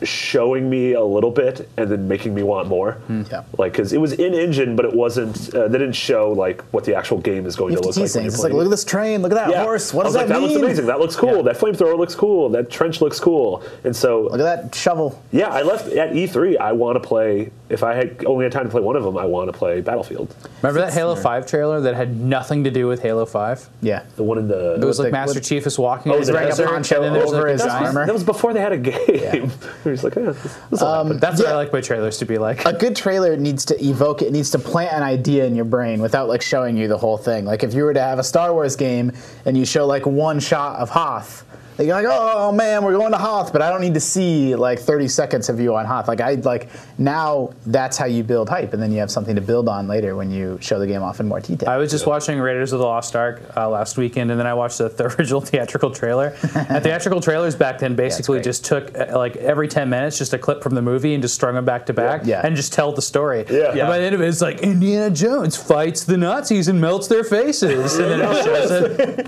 S4: showing me a little bit and then making me want more.
S6: Hmm. Yeah.
S4: Like, because it was in engine, but it wasn't, uh, they didn't show like what the actual game is going
S6: You
S4: to
S6: have to
S4: look like.
S6: tease
S4: when
S6: things.
S4: you're
S6: It's like,
S4: playing
S6: look
S4: it.
S6: at this train, look at that
S4: Yeah.
S6: horse. What
S4: I
S6: does
S4: was like,
S6: that mean?
S4: That looks amazing. That looks cool. That flamethrower looks cool. That trench looks cool. And so,
S6: Look at that shovel.
S4: yeah, I left at E3. I want to play. If I had only had time to play one of them, I want to play Battlefield.
S5: Remember that Halo 5 trailer that had nothing to do with Halo 5?
S6: Yeah.
S4: The one in the.
S5: It was
S6: With
S5: like
S6: the-
S5: Master
S6: with-
S5: Chief is walking in
S4: Oh,
S5: his
S4: the- like a
S5: desert,
S6: poncho
S5: and then there's,
S6: over
S5: like,
S6: his
S5: a-
S4: that was,
S6: armor.
S4: that was before they had a game. It was like, yeah, this, this will happen.
S5: That's what
S6: Yeah.
S5: I like my trailers to be like.
S6: a good trailer needs to evoke it needs to plant an idea in your brain without like showing you the whole thing like if you were to have a star wars game and you show like one shot of hoth like, you're like oh man we're going to hoth but i don't need to see like 30 seconds of you on hoth like i like now that's how you build hype and then you have something to build on later when you show the game off in more detail
S5: I was just watching Raiders of the Lost Ark uh, last weekend, and then I watched the, the original theatrical trailer. and theatrical trailers back then basically
S6: great.
S5: just took uh, like every ten minutes, just a clip from the movie, and just strung them back to back,
S6: Yeah.
S5: and just tell the story.
S4: Yeah.
S5: And by the end of it, it's like Indiana Jones fights the Nazis and melts their faces, and then it shows it.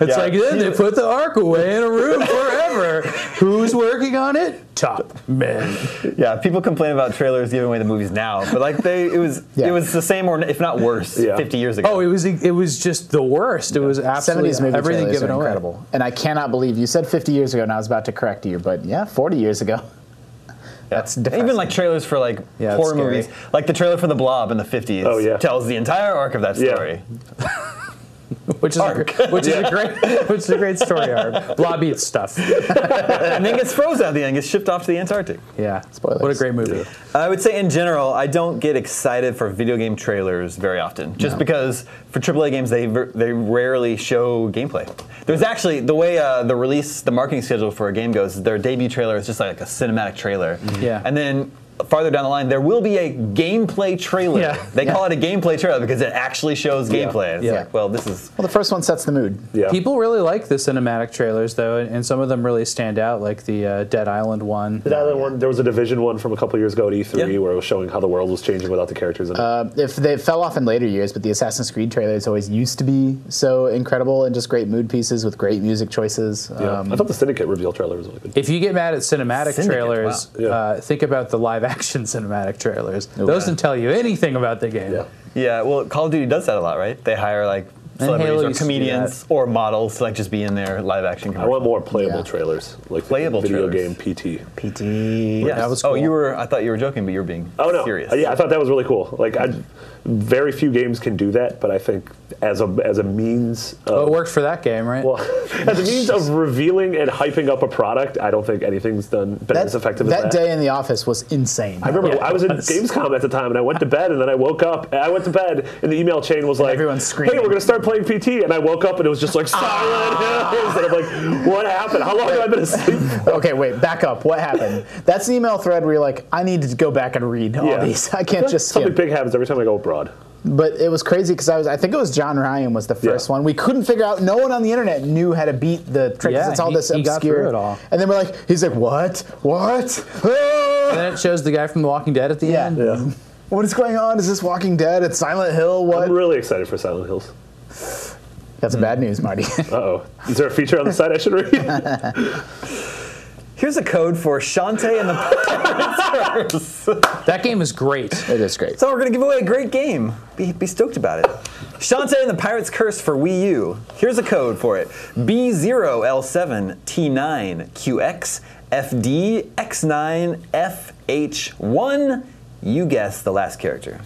S5: It's like then they put the ark away in a room forever. Who's working on it? Top men.
S3: Yeah, people complain about trailers giving away the movies now, but like they, it was,
S6: Yeah.
S3: it was the same or if not worse,
S4: Yeah.
S3: 50 years ago.
S5: Oh, it was it was just the worst. It was absolutely
S6: 70s movie
S5: everything
S6: trailers
S5: given
S6: are
S5: away.
S6: incredible and i cannot believe you said 50 years ago and i was about to correct you but yeah 40 years ago that's depressing.
S3: Even like trailers for like
S6: Yeah, it's
S3: horror
S6: scary.
S3: movies, like the trailer for The Blob in the 50s
S4: Oh, yeah.
S3: tells the entire arc of that
S4: Yeah.
S3: story.
S5: which is a, gr- which is a great which is a great story arc. Blob eats stuff.
S3: and then gets frozen at the end, gets shipped off to the Antarctic.
S5: Yeah,
S6: Spoilers.
S5: What a great movie.
S3: I would say in general, I don't get excited for video game trailers very often, just because for AAA games they ver- they rarely show gameplay. There's actually the way uh, the release, the marketing schedule for a game goes. Their debut trailer is just like a cinematic trailer,
S5: Yeah.
S3: and then. Farther down the line, there will be a gameplay trailer.
S5: Yeah.
S3: They call it a gameplay trailer because it actually shows gameplay. It's
S5: Yeah.
S3: like, well, this is
S6: well the first one sets the mood
S4: yeah.
S5: People really like the cinematic trailers though, and, and some of them really stand out, like the uh, Dead Island one.
S4: That other one, there was a division one from a couple years ago at E3
S3: Yeah.
S4: where it was showing how the world was changing without the characters in it.
S6: Um, if they fell off in later years, but the Assassin's Creed trailers always used to be so incredible and just great mood pieces with great music choices.
S4: yeah.
S6: Um,
S4: I thought the Syndicate reveal trailer was really good.
S5: If you get mad at cinematic
S3: Syndicate,
S5: trailers,
S4: wow. Yeah.
S5: uh, think about the live action cinematic trailers. Those don't tell you anything about the game.
S4: Yeah.
S3: Yeah, well, Call of Duty does that a lot, right? They hire like
S5: And Halo
S3: celebrities or
S5: used to do
S3: comedians or models to like just be in their live action.
S4: I want more playable
S6: Yeah.
S4: trailers, like the
S3: Playable
S4: video
S3: trailers.
S4: game PT.
S6: PT.
S3: Yes.
S5: That was
S3: Oh,
S5: cool.
S3: you were. I thought you were joking, but you were being
S4: Oh no!
S3: serious.
S4: Uh, Yeah, I thought that was really cool. Like, I, very few games can do that, but I think as a as a means
S5: But
S4: of
S5: it worked for that game, right?
S4: well, as a means of revealing and hyping up a product, I don't think anything's done been
S6: That,
S4: as effective as
S6: that
S4: that.
S6: day in the office was insane.
S4: I remember
S5: Yeah,
S4: I was in
S5: it was.
S4: Gamescom at the time, and I went to bed, and then I woke up. And I went to bed, and the email chain was like,
S6: everyone's
S4: "Hey,
S6: screaming."
S4: we're gonna start playing PT," and I woke up, and it was just like Silent
S6: Ah.
S4: Hills, and I'm like, "What happened? How long have I been asleep?"
S6: okay, wait, back up. What happened? That's an email thread where you're like, I need to go back and read all
S4: Yeah.
S6: these. I can't just
S4: Something
S6: skim.
S4: big happens every time I go abroad.
S6: But it was crazy because I was, I think it was John Ryan was the first
S4: Yeah.
S6: one. We couldn't figure out, no one on the internet knew how to beat the trick 'cause
S5: Yeah,
S6: it's all
S5: he-
S6: this
S5: he
S6: obscure.
S5: got through it all.
S6: And then we're like, he's like, what? What? Ah!"
S5: And then it shows the guy from The Walking Dead at the
S6: Yeah.
S5: end.
S4: Yeah,
S6: What is going on? Is this Walking Dead? It's Silent Hill? What?
S4: I'm really excited for Silent Hills.
S6: That's
S5: mm.
S6: bad news, Marty.
S4: Uh-oh. Is there a feature on the side I should read?
S3: Here's a code for Shantae and the Pirates.
S5: That game is great.
S6: it is great.
S3: so we're gonna give away a great game. Be, be stoked about it. Shantae and the Pirates Curse for Wii U. Here's a code for it: B0L7T9QXFDX9FH1. You guess the last character.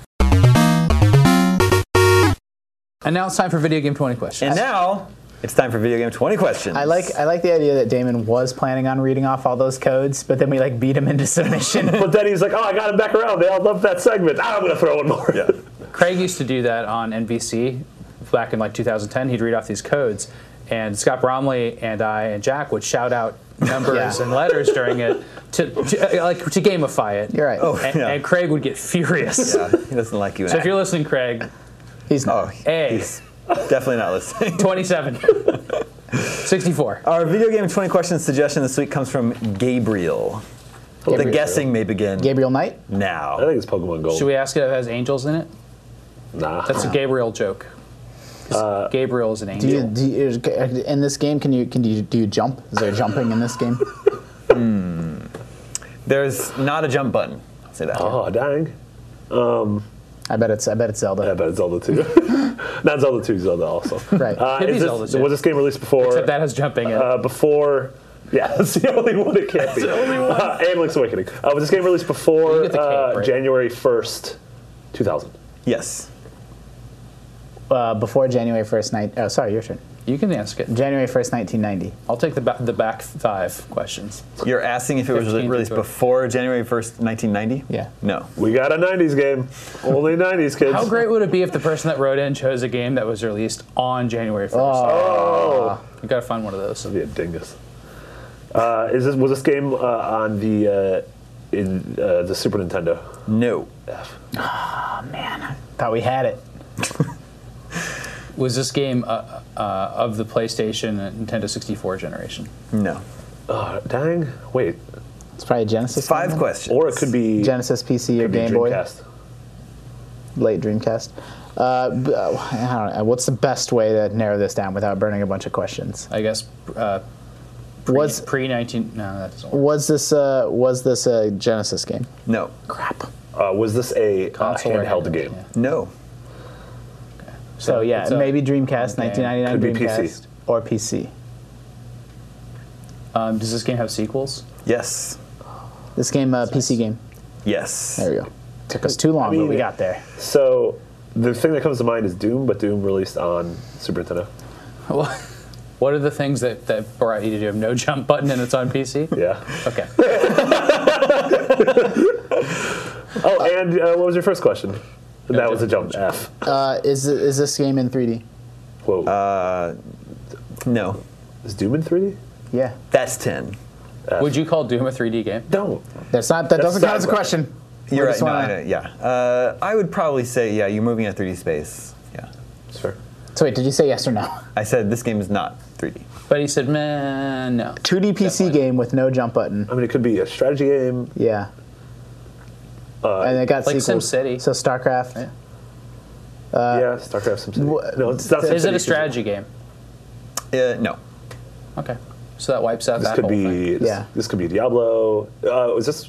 S5: And now it's time for video game 20 questions.
S3: And now it's time for video game 20 questions.
S6: I like I like the idea that Damon was planning on reading off all those codes, but then we like beat him into submission.
S4: but then he's like, oh, I got him back around. They all loved that segment. Ah, I'm going to throw in more.
S3: Yeah.
S5: Craig used to do that on NBC back in like 2010. He'd read off these codes, and Scott Bromley and I and Jack would shout out numbers
S6: Yeah.
S5: and letters during it to, to uh, like to gamify it.
S6: You're right.
S3: Oh,
S5: And,
S3: yeah.
S5: and Craig would get furious.
S3: yeah, Uh, he doesn't like you.
S5: So if you're eh. listening, Craig,
S6: He's not.
S3: oh,
S5: A
S3: he's definitely not listening.
S5: 27, 64.
S3: Our video game 20 questions suggestion this week comes from Gabriel. The
S6: Gabriel.
S3: guessing may begin
S6: Gabriel Knight.
S3: now.
S4: I think it's Pokemon Gold.
S5: Should we ask it if it has angels in it?
S4: nah.
S5: That's a Gabriel joke. 'Cause Gabriel is an
S6: Do you,
S5: angel.
S6: do you, is- in this game, can you can you do you jump? Is there jumping in this game?
S3: There's not a jump button. I'll say that.
S4: oh, dang.
S6: I bet it's I bet it's
S4: I
S6: Zelda.
S4: bet it's Zelda 2. Not Zelda 2, Zelda also.
S6: Right.
S4: Uh,
S5: Could
S4: is
S5: be
S4: this-
S5: Zelda 2.
S4: Was this game released before?
S5: Except that has jumping in it.
S4: uh, before. Yeah, that's the only one it can't be. the only one. Uh, and Link's Awakening. Uh, was this game released
S5: You
S4: before
S5: get the cake,
S4: uh,
S5: right?
S4: January 1st, 2000?
S3: Yes.
S6: Uh, before January first night. Oh, sorry, your turn.
S5: you can ask it.
S6: January first, nineteen ninety.
S5: I'll take the, ba- the back five questions.
S3: You're asking if it was
S5: 15 to
S3: released
S5: 20.
S3: before January 1st, 1990?
S6: Yeah.
S3: No.
S4: We got a 90s game. Only 90s kids.
S5: How great would it be if the person that wrote in chose a game that was released on January 1st?
S4: Oh,
S5: we got to find one of those.
S4: be a dingus. Uh, is this was this game uh, on the uh, in uh, the Super Nintendo?
S3: No.
S6: Thought we had it.
S5: Was this game uh, uh, of the PlayStation and Nintendo 64 generation?
S3: No.
S4: Uh, dang, wait,
S6: It's probably a Genesis.
S3: Five
S6: game, then?
S3: questions.
S4: or it could be
S6: Genesis, PC, or
S4: could be
S6: Game Boy.
S4: Dreamcast.
S6: late Dreamcast. Uh, b- uh, I don't know. What's the best way to narrow this down without burning a bunch of questions?
S5: I guess uh,
S6: Was
S5: pre 19. No, that doesn't work.
S6: was this uh, was this a Genesis game?
S3: No.
S6: Crap.
S4: Uh, was this a uh,
S5: Console or
S4: handheld
S5: handheld,
S4: game?
S5: yeah.
S3: No.
S6: So yeah,
S5: it's a-
S6: maybe Dreamcast,
S5: Okay.
S6: 1999
S4: Could be
S6: Dreamcast,
S4: PC.
S6: or
S4: Mm.
S6: PC.
S5: Um, does this game have sequels?
S3: Yes.
S6: This game, uh, PC game.
S3: Yes.
S6: There we go. Took us too long,
S4: mean-
S6: but we got there.
S4: So the thing that comes to mind is Doom, but Doom released on Super Nintendo.
S5: What are the things that, that brought you to do have no jump button and it's on PC?
S4: Yeah.
S5: Okay.
S4: Oh, and uh, what was your first question? that was a jump. F.
S6: Uh, is it- is this game in 3D?
S4: Whoa.
S3: Uh, No.
S4: is Doom in 3D?
S6: Yeah.
S3: That's 10.
S5: Would you call Doom a 3D game?
S4: No.
S6: That's not. That doesn't count as a
S4: sideways.
S6: question.
S3: You're
S6: I
S3: right.
S6: just
S3: No, I
S6: wanna-
S3: know. Yeah. Uh, I would probably say, yeah, you're moving in a 3D space. Yeah.
S4: Sure.
S6: So wait, did you say yes or no?
S3: I said this game is not 3D.
S5: But he said, man, no.
S6: 2D PC
S5: Definitely.
S6: game with no jump button.
S4: I mean, it could be a strategy game.
S6: Yeah. and it got
S5: Uh, Like
S6: sequels.
S5: SimCity.
S6: So StarCraft.
S4: yeah, StarCraft SimCity.
S6: wha-
S4: No, it's not.
S5: Is it
S4: SimCity.
S5: a strategy game?
S3: Uh, no.
S5: Okay. So that wipes out
S4: This
S5: that
S4: could
S5: whole
S4: be.
S5: thing. Oh,
S4: This,
S6: Yeah.
S4: this could be Diablo. Uh, is this?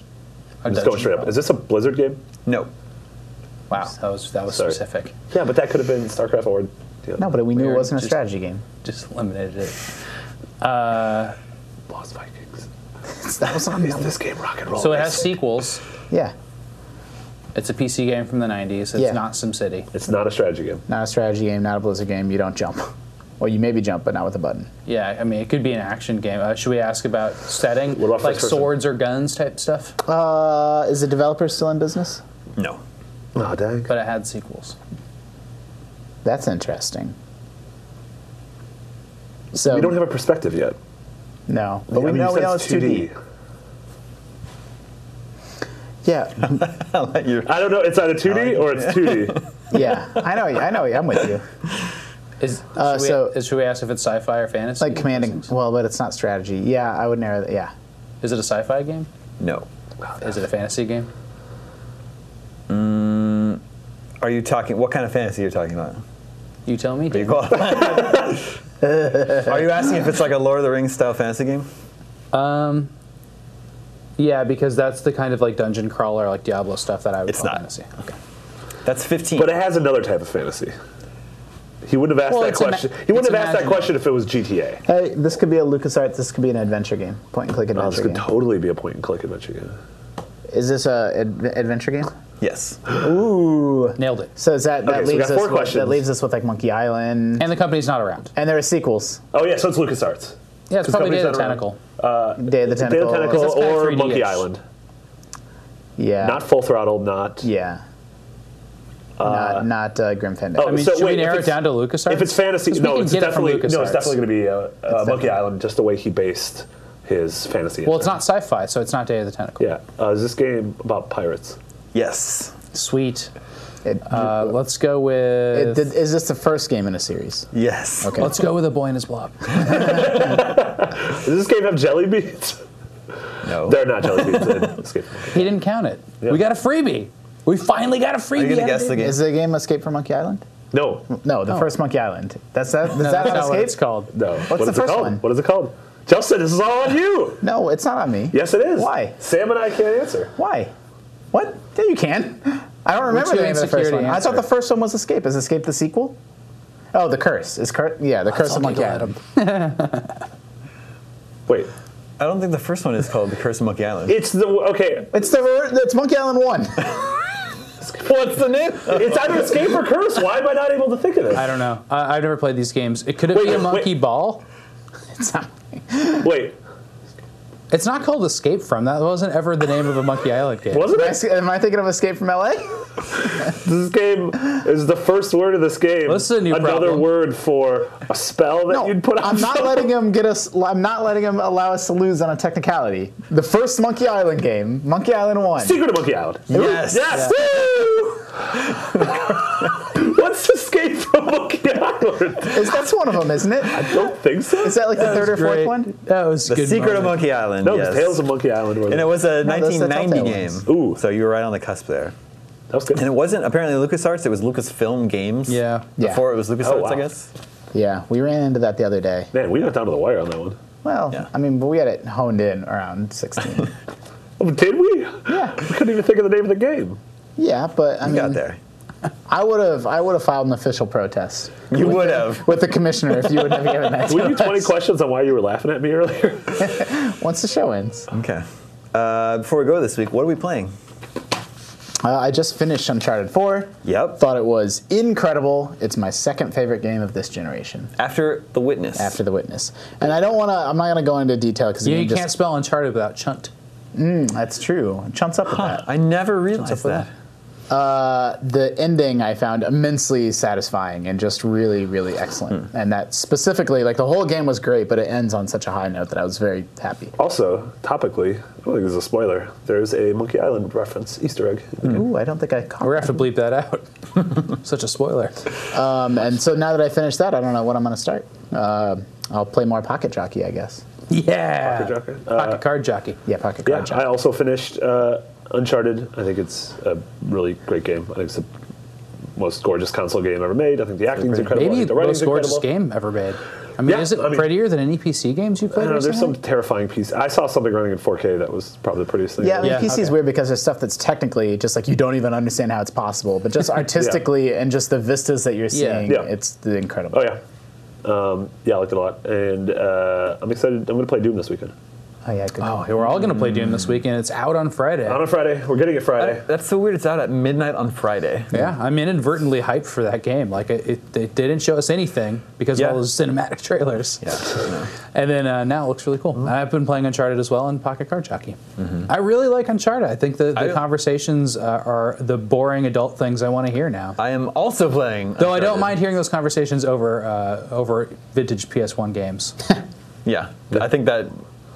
S5: A
S4: I'm just
S5: dungeon
S4: going straight up.
S5: crawl.
S4: Is this a Blizzard game?
S3: No.
S5: Wow, that was that was
S4: Sorry.
S5: specific.
S4: Yeah, but that could have been StarCraft or. Yeah.
S6: No, but we knew
S5: Weird,
S6: it wasn't a
S5: just-
S6: strategy game.
S5: Just eliminated it. Uh,
S4: Lost Vikings.
S6: That was on
S4: Is this game rock and roll?
S5: So it has sequels.
S6: Yeah,
S5: It's a PC game from the 90s. It's
S6: Yeah.
S5: not SimCity.
S4: It's not a strategy game.
S6: not a strategy game, not a Blizzard game. You don't jump. Well, you maybe jump, but not with a button.
S5: Yeah, I mean, it could be an action game. Uh, should we ask about setting?
S4: What about
S5: like
S4: first person?
S5: swords or guns type stuff?
S6: Uh, is the developer still in business?
S3: No.
S4: Oh dang.
S5: But it had sequels.
S6: That's interesting. So
S5: um,
S4: we don't have a perspective yet.
S6: no, but we
S4: I mean, you
S6: know we
S4: said
S6: know it's 2D. Yeah,
S3: You're-
S4: I don't know. It's either 2D or it's 2D.
S6: yeah. I know. I know. I'm with you.
S5: Is,
S6: Uh,
S5: should, we,
S6: so-
S5: is- should we ask if it's sci-fi or fantasy?
S6: Like commanding. Well, but it's not strategy. Yeah, I would narrow that. Yeah.
S5: Is it a sci-fi game?
S3: no.
S5: Is it a fantasy game?
S3: Are you talking? What kind of fantasy you're talking about?
S5: You tell me.
S3: Are you, qual- Are you asking if it's like a Lord of the Rings style fantasy game?
S5: Um, yeah, because that's the kind of like dungeon crawler, like Diablo stuff that I would
S3: It's
S5: call
S3: not.
S5: fantasy. Okay.
S3: That's 15.
S4: But it has another type of fantasy. He wouldn't have asked
S5: Well,
S4: that
S5: it's ima-
S4: question. he wouldn't
S5: it's
S4: have asked that
S5: imaginary.
S4: question if it was GTA.
S6: Hey, this could be a LucasArts. This could be an adventure game. Point and click
S4: Oh, this
S6: adventure
S4: could
S6: game.
S4: totally be a point and click adventure game.
S6: Is this a ad- adventure game?
S3: yes.
S6: Ooh.
S5: Nailed it.
S6: So is that that
S4: Okay, so we
S6: leaves
S4: got four
S6: us with,
S4: questions.
S6: that leaves us with like Monkey Island, and,
S5: And the company's not around.
S6: there are sequels:
S4: Oh yeah, so it's LucasArts.
S5: Yeah, it's
S4: This
S5: probably Day
S4: company's
S5: of the
S4: not around.
S5: Tentacle.
S6: Day of the
S4: Data
S6: Tentacle.
S4: Tentacle
S5: It's kinda
S4: or
S5: 3D-ish.
S4: Monkey Island.
S6: Yeah.
S4: Not Full Throttle, not.
S6: yeah. not not uh, Grim Fandango.
S4: Oh,
S5: I mean,
S4: So
S5: should
S4: wait,
S5: we
S4: if
S5: narrow it
S4: it's-
S5: down to LucasArts?
S4: If it's fantasy,
S5: 'Cause we
S4: no,
S5: can
S4: it's
S5: get it from
S4: definitely no, it's
S5: LucasArts.
S4: definitely going to be uh, uh, Monkey
S6: definitely-
S4: Island, just the way he based his fantasy.
S6: Well, it's not sci-fi, so it's not Day of the Tentacle.
S4: Yeah, uh, is this game about pirates?
S3: Yes.
S5: Sweet.
S6: It,
S5: Uh, let's go
S6: it,
S5: with.
S6: did- is this the first game in a series?
S3: Yes.
S6: Okay.
S5: let's go with a boy and his blob.
S4: Does this game have jelly beans?
S3: No.
S4: They're not jelly beans in this game.
S5: He didn't count it. We got a freebie. We finally got a freebie.
S3: Are you gonna
S5: out of
S3: guess the
S5: it.
S3: game?
S6: Is the game Escape from Monkey Island?
S4: No,
S6: No, the
S5: Oh.
S6: first Monkey Island. That's that. Is
S5: No,
S6: that
S5: that's
S6: on
S5: not what
S6: Escape?
S5: it's called.
S4: no. What's
S6: the
S4: it
S6: first
S4: called?
S6: one?
S4: What is it called? Justin, this is all on you.
S6: No, it's not on me.
S4: Yes, it is.
S6: Why?
S4: Sam and I can't answer.
S6: Why? What? Yeah, you can. I don't remember
S5: your
S6: the name of the first
S5: insecurity
S6: one. I thought
S5: answer?
S6: the first one was Escape. Is Escape the sequel? Oh, the curse is curse. Yeah, the curse of
S5: I'll
S6: Monkey
S5: giggle at
S6: Island.
S4: Wait,
S3: I don't think the first one is called The Curse of Monkey Island.
S4: it's the okay.
S6: It's the it's Monkey Island one.
S3: What's the name?
S4: It's either escape or curse. Why am I not able to think of
S5: I
S4: this?
S5: don't know. I, I've never played these games. It could it
S4: Wait,
S5: be a
S4: wait,
S5: monkey
S4: wait.
S5: ball?
S6: it's not.
S4: Wait,
S5: It's not called Escape from. That wasn't ever the name of a Monkey Island game.
S4: wasn't
S6: Am I,
S4: it?
S6: s- am I thinking of Escape from LA?
S4: This game is the first word of this game.
S5: Listen, you
S4: another
S5: problem.
S4: word for a spell that
S6: No,
S4: you'd put on.
S6: I'm not
S4: someone.
S6: letting him get us. I'm not letting him allow us to lose on a technicality. The first Monkey Island game, Monkey Island one.
S4: Secret of Monkey Island.
S3: Yes.
S4: Yes. Woo! What's escape from Monkey Island?
S6: Is that's one of them, isn't it?
S4: I don't think so.
S6: Is that like the third or fourth
S5: Great.
S6: one?
S5: That was
S3: The
S5: good.
S3: Secret of
S5: moment.
S3: Monkey Island.
S4: no,
S3: yes.
S4: Tales of Monkey Island. Were
S3: and it was a
S6: No, those are
S3: 1990
S6: Telltale
S3: game.
S4: ones. Ooh.
S3: So you were right on the cusp there.
S4: that was good.
S3: And it wasn't apparently LucasArts, it was LucasFilm Games.
S5: Yeah.
S6: Yeah.
S3: Before it was LucasArts,
S4: Oh,
S3: I
S4: wow.
S3: guess.
S6: Yeah, we ran into that the other day.
S4: Man, we went down to the wire on that one.
S6: Well,
S3: Yeah.
S6: I mean, but we had it honed in around 16.
S4: Oh, Did we?
S6: Yeah.
S4: We couldn't even think of the name of the game.
S6: yeah, but I
S3: You
S6: mean,
S3: got there.
S6: I would have, I would have filed an official protest
S3: You would have.
S6: with the commissioner if you would have given that.
S4: We
S6: to
S4: do 20
S6: us.
S4: questions on why you were laughing at me earlier.
S6: Once the show ends,
S3: Okay. Uh, before we go this week, what are we playing?
S6: uh, I just finished Uncharted 4.
S3: Yep.
S6: Thought it was incredible. It's my second favorite game of this generation,
S3: After The Witness.
S6: after The Witness. And I don't want to. I'm not going to go into detail because
S5: You, you can't spell Uncharted without chunt.
S6: That's true. Chunks up with that.
S3: I never realized
S5: with
S3: that.
S6: the ending I found immensely satisfying and just really, really excellent. And that specifically, like the whole game was great, but it ends on such a high note that I was very happy.
S4: Also, topically, I don't think there's a spoiler. There's a Monkey Island reference Easter egg.
S6: Ooh, I don't think I caught.
S5: We're gonna have to bleep that out. Such a spoiler.
S6: Um, and so now that I finished that, I don't know what I'm going to start. Uh, I'll play more Pocket Jockey, I guess.
S5: Yeah.
S4: Pocket Jockey?
S5: Pocket card jockey.
S6: Yeah, Pocket
S4: Yeah,
S6: Card
S4: I
S6: Jockey.
S4: also finished uh, Uncharted. I think it's a really great game. I think it's the most gorgeous console game ever made. I think the acting's incredible. I
S5: Maybe
S4: think
S5: the
S4: the writing's
S5: most gorgeous
S4: incredible.
S5: game ever made. I mean,
S4: Yeah,
S5: is it
S4: I mean-
S5: prettier than any PC games you
S4: I
S5: played
S4: don't know, there's some
S5: recently?
S4: terrifying piece. I saw something running in 4K that was probably the prettiest thing.
S6: Yeah, I mean,
S5: Yeah,
S6: PC is
S5: okay.
S6: weird because there's stuff that's technically just like you don't even understand how it's possible, but just artistically and just the vistas that you're
S5: Yeah.
S6: seeing,
S4: Yeah.
S6: it's the incredible.
S4: Oh yeah, um, yeah, I liked it a lot, and uh, I'm excited. I'm going to play Doom this weekend
S6: Oh, yeah, good.
S5: Oh, we're all gonna play Doom
S4: Hmm.
S5: this weekend. It's out on Friday.
S4: on a Friday. We're getting it Friday.
S3: That's so weird. It's out at midnight on Friday.
S5: Yeah, I'm inadvertently hyped for that game. Like it, it they didn't show us anything because
S3: Yeah.
S5: of all those cinematic trailers.
S3: Yeah.
S5: And then uh, now it looks really
S4: Mm-hmm.
S5: cool. And I've been playing Uncharted as well and Pocket Card Jockey. I really like Uncharted. I think the, the
S3: I-
S5: conversations uh, are the boring adult things I want to hear now.
S3: I am also playing.
S5: Though I don't
S3: Uncharted.
S5: mind hearing those conversations over uh, over vintage PS1 games.
S3: Yeah. I think that.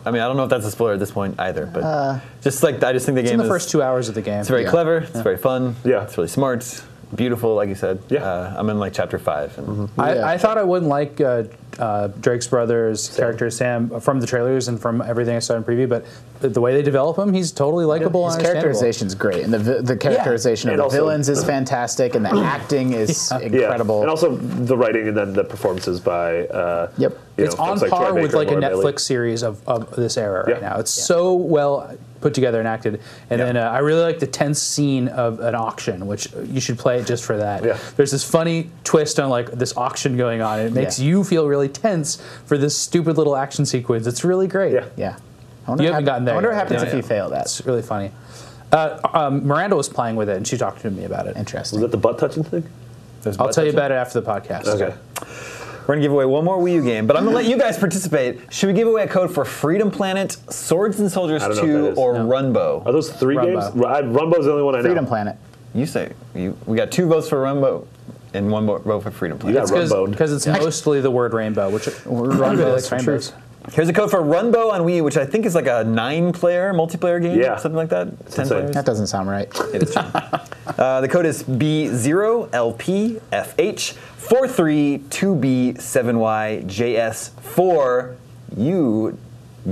S3: I mean, I don't know if that's a spoiler at this point either, but just like I just think the
S5: Uh, In
S3: game
S5: the
S3: is
S5: first two hours of the game.
S3: It's very
S6: Yeah.
S3: clever. It's very fun.
S4: Yeah.
S3: It's really smart. Beautiful, like you said.
S4: Yeah. Mm-hmm.
S3: Uh, I'm in like chapter five. And
S5: I,
S6: Yeah.
S5: I thought I wouldn't like uh, uh, Drake's brother's character Sam from the trailers and from everything I saw in preview, but the, the way they develop him, he's totally likable.
S6: His
S5: and understandable.
S6: characterization's great, and the vi- the characterization of
S4: And
S6: the
S4: also-
S6: villains is fantastic, and the acting is
S4: Yeah.
S6: incredible.
S4: And also the writing and then the performances by. Uh,
S6: Yep.
S4: you
S5: it's
S4: know,
S5: on
S4: folks like Troy
S5: par with
S4: Baker and
S5: like a
S4: Laura
S5: Netflix
S4: Bailey.
S5: series of, of this era right
S4: Yeah.
S5: now. It's so well put together and acted. And
S3: Yeah.
S5: then uh, I really like the tense scene of an auction, which you should play it just for that.
S4: Yeah.
S5: There's this funny twist on like this auction going on, and it makes
S6: Yeah.
S5: you feel really tense for this stupid little action sequence. It's really great.
S4: Yeah.
S6: yeah. I wonder
S5: You
S6: what
S5: haven't
S6: hap-
S5: gotten there
S6: I wonder what
S5: yet.
S6: happens
S3: Yeah,
S6: if
S3: yeah.
S6: you fail that.
S5: It's really funny. Uh, um, Miranda was playing with it, and she talked to me about it.
S4: Was
S6: Interesting.
S4: that the butt touching thing?
S5: I'll tell you about it after the podcast.
S4: Okay.
S3: We're gonna give away one more Wii U game, but I'm gonna let you guys participate. Should we give away a code for Freedom Planet, Swords and Soldiers
S4: I don't know what
S3: 2,
S4: that is.
S3: or
S5: No.
S4: Are
S3: Runbo?
S4: those three
S5: Rumbo.
S4: games? R- I, Rumbo's the only one I know.
S6: Freedom Planet.
S3: You say you, we got two votes for Rumbo and one vote for Freedom Planet.
S4: got Rumboed.
S5: Because it's mostly the word rainbow, which
S6: Rainbow
S5: Everybody likes
S6: is true.
S5: rainbows.
S3: Here's a code for Runbo on Wii, U, which I think is like a nine-player multiplayer game,
S4: Yeah.
S3: something like that. Ten
S4: insane.
S3: players.
S6: That doesn't sound right.
S3: It is true. uh, the code is B0LPFH432B7YJS4. You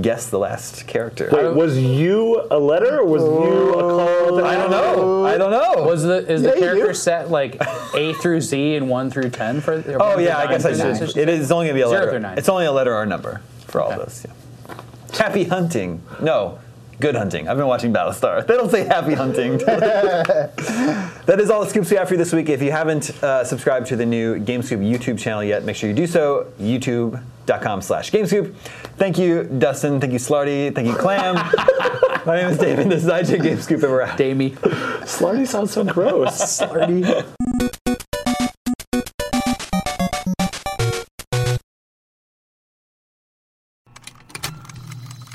S3: guessed the last character.
S4: Wait, was you a letter or was you a call?
S3: I don't know. I don't know.
S5: Was the is
S6: Yeah,
S5: the
S6: you
S5: character
S6: do.
S5: set like A through Z and one through ten for? or
S3: oh
S5: one
S3: yeah, I
S5: through
S3: guess I
S5: nine for
S3: should.
S5: this?
S3: It is only gonna be a
S5: Zero
S3: letter.
S5: through nine.
S3: It's only a letter or a number for all
S5: Okay.
S3: those. Yeah. Happy hunting. No. Good hunting. I've been watching Battlestar. They don't say happy hunting. That is all the scoops we have for you this week. If you haven't uh, subscribed to the new GameScoop YouTube channel yet, make sure you do so. YouTube.com slash GameScoop. Thank you, Dustin. Thank you, Slarty. Thank you, Clam. My name is David. This is IJ GameScoop, and we're out.
S5: Damie.
S4: Slarty sounds so gross. Slarty.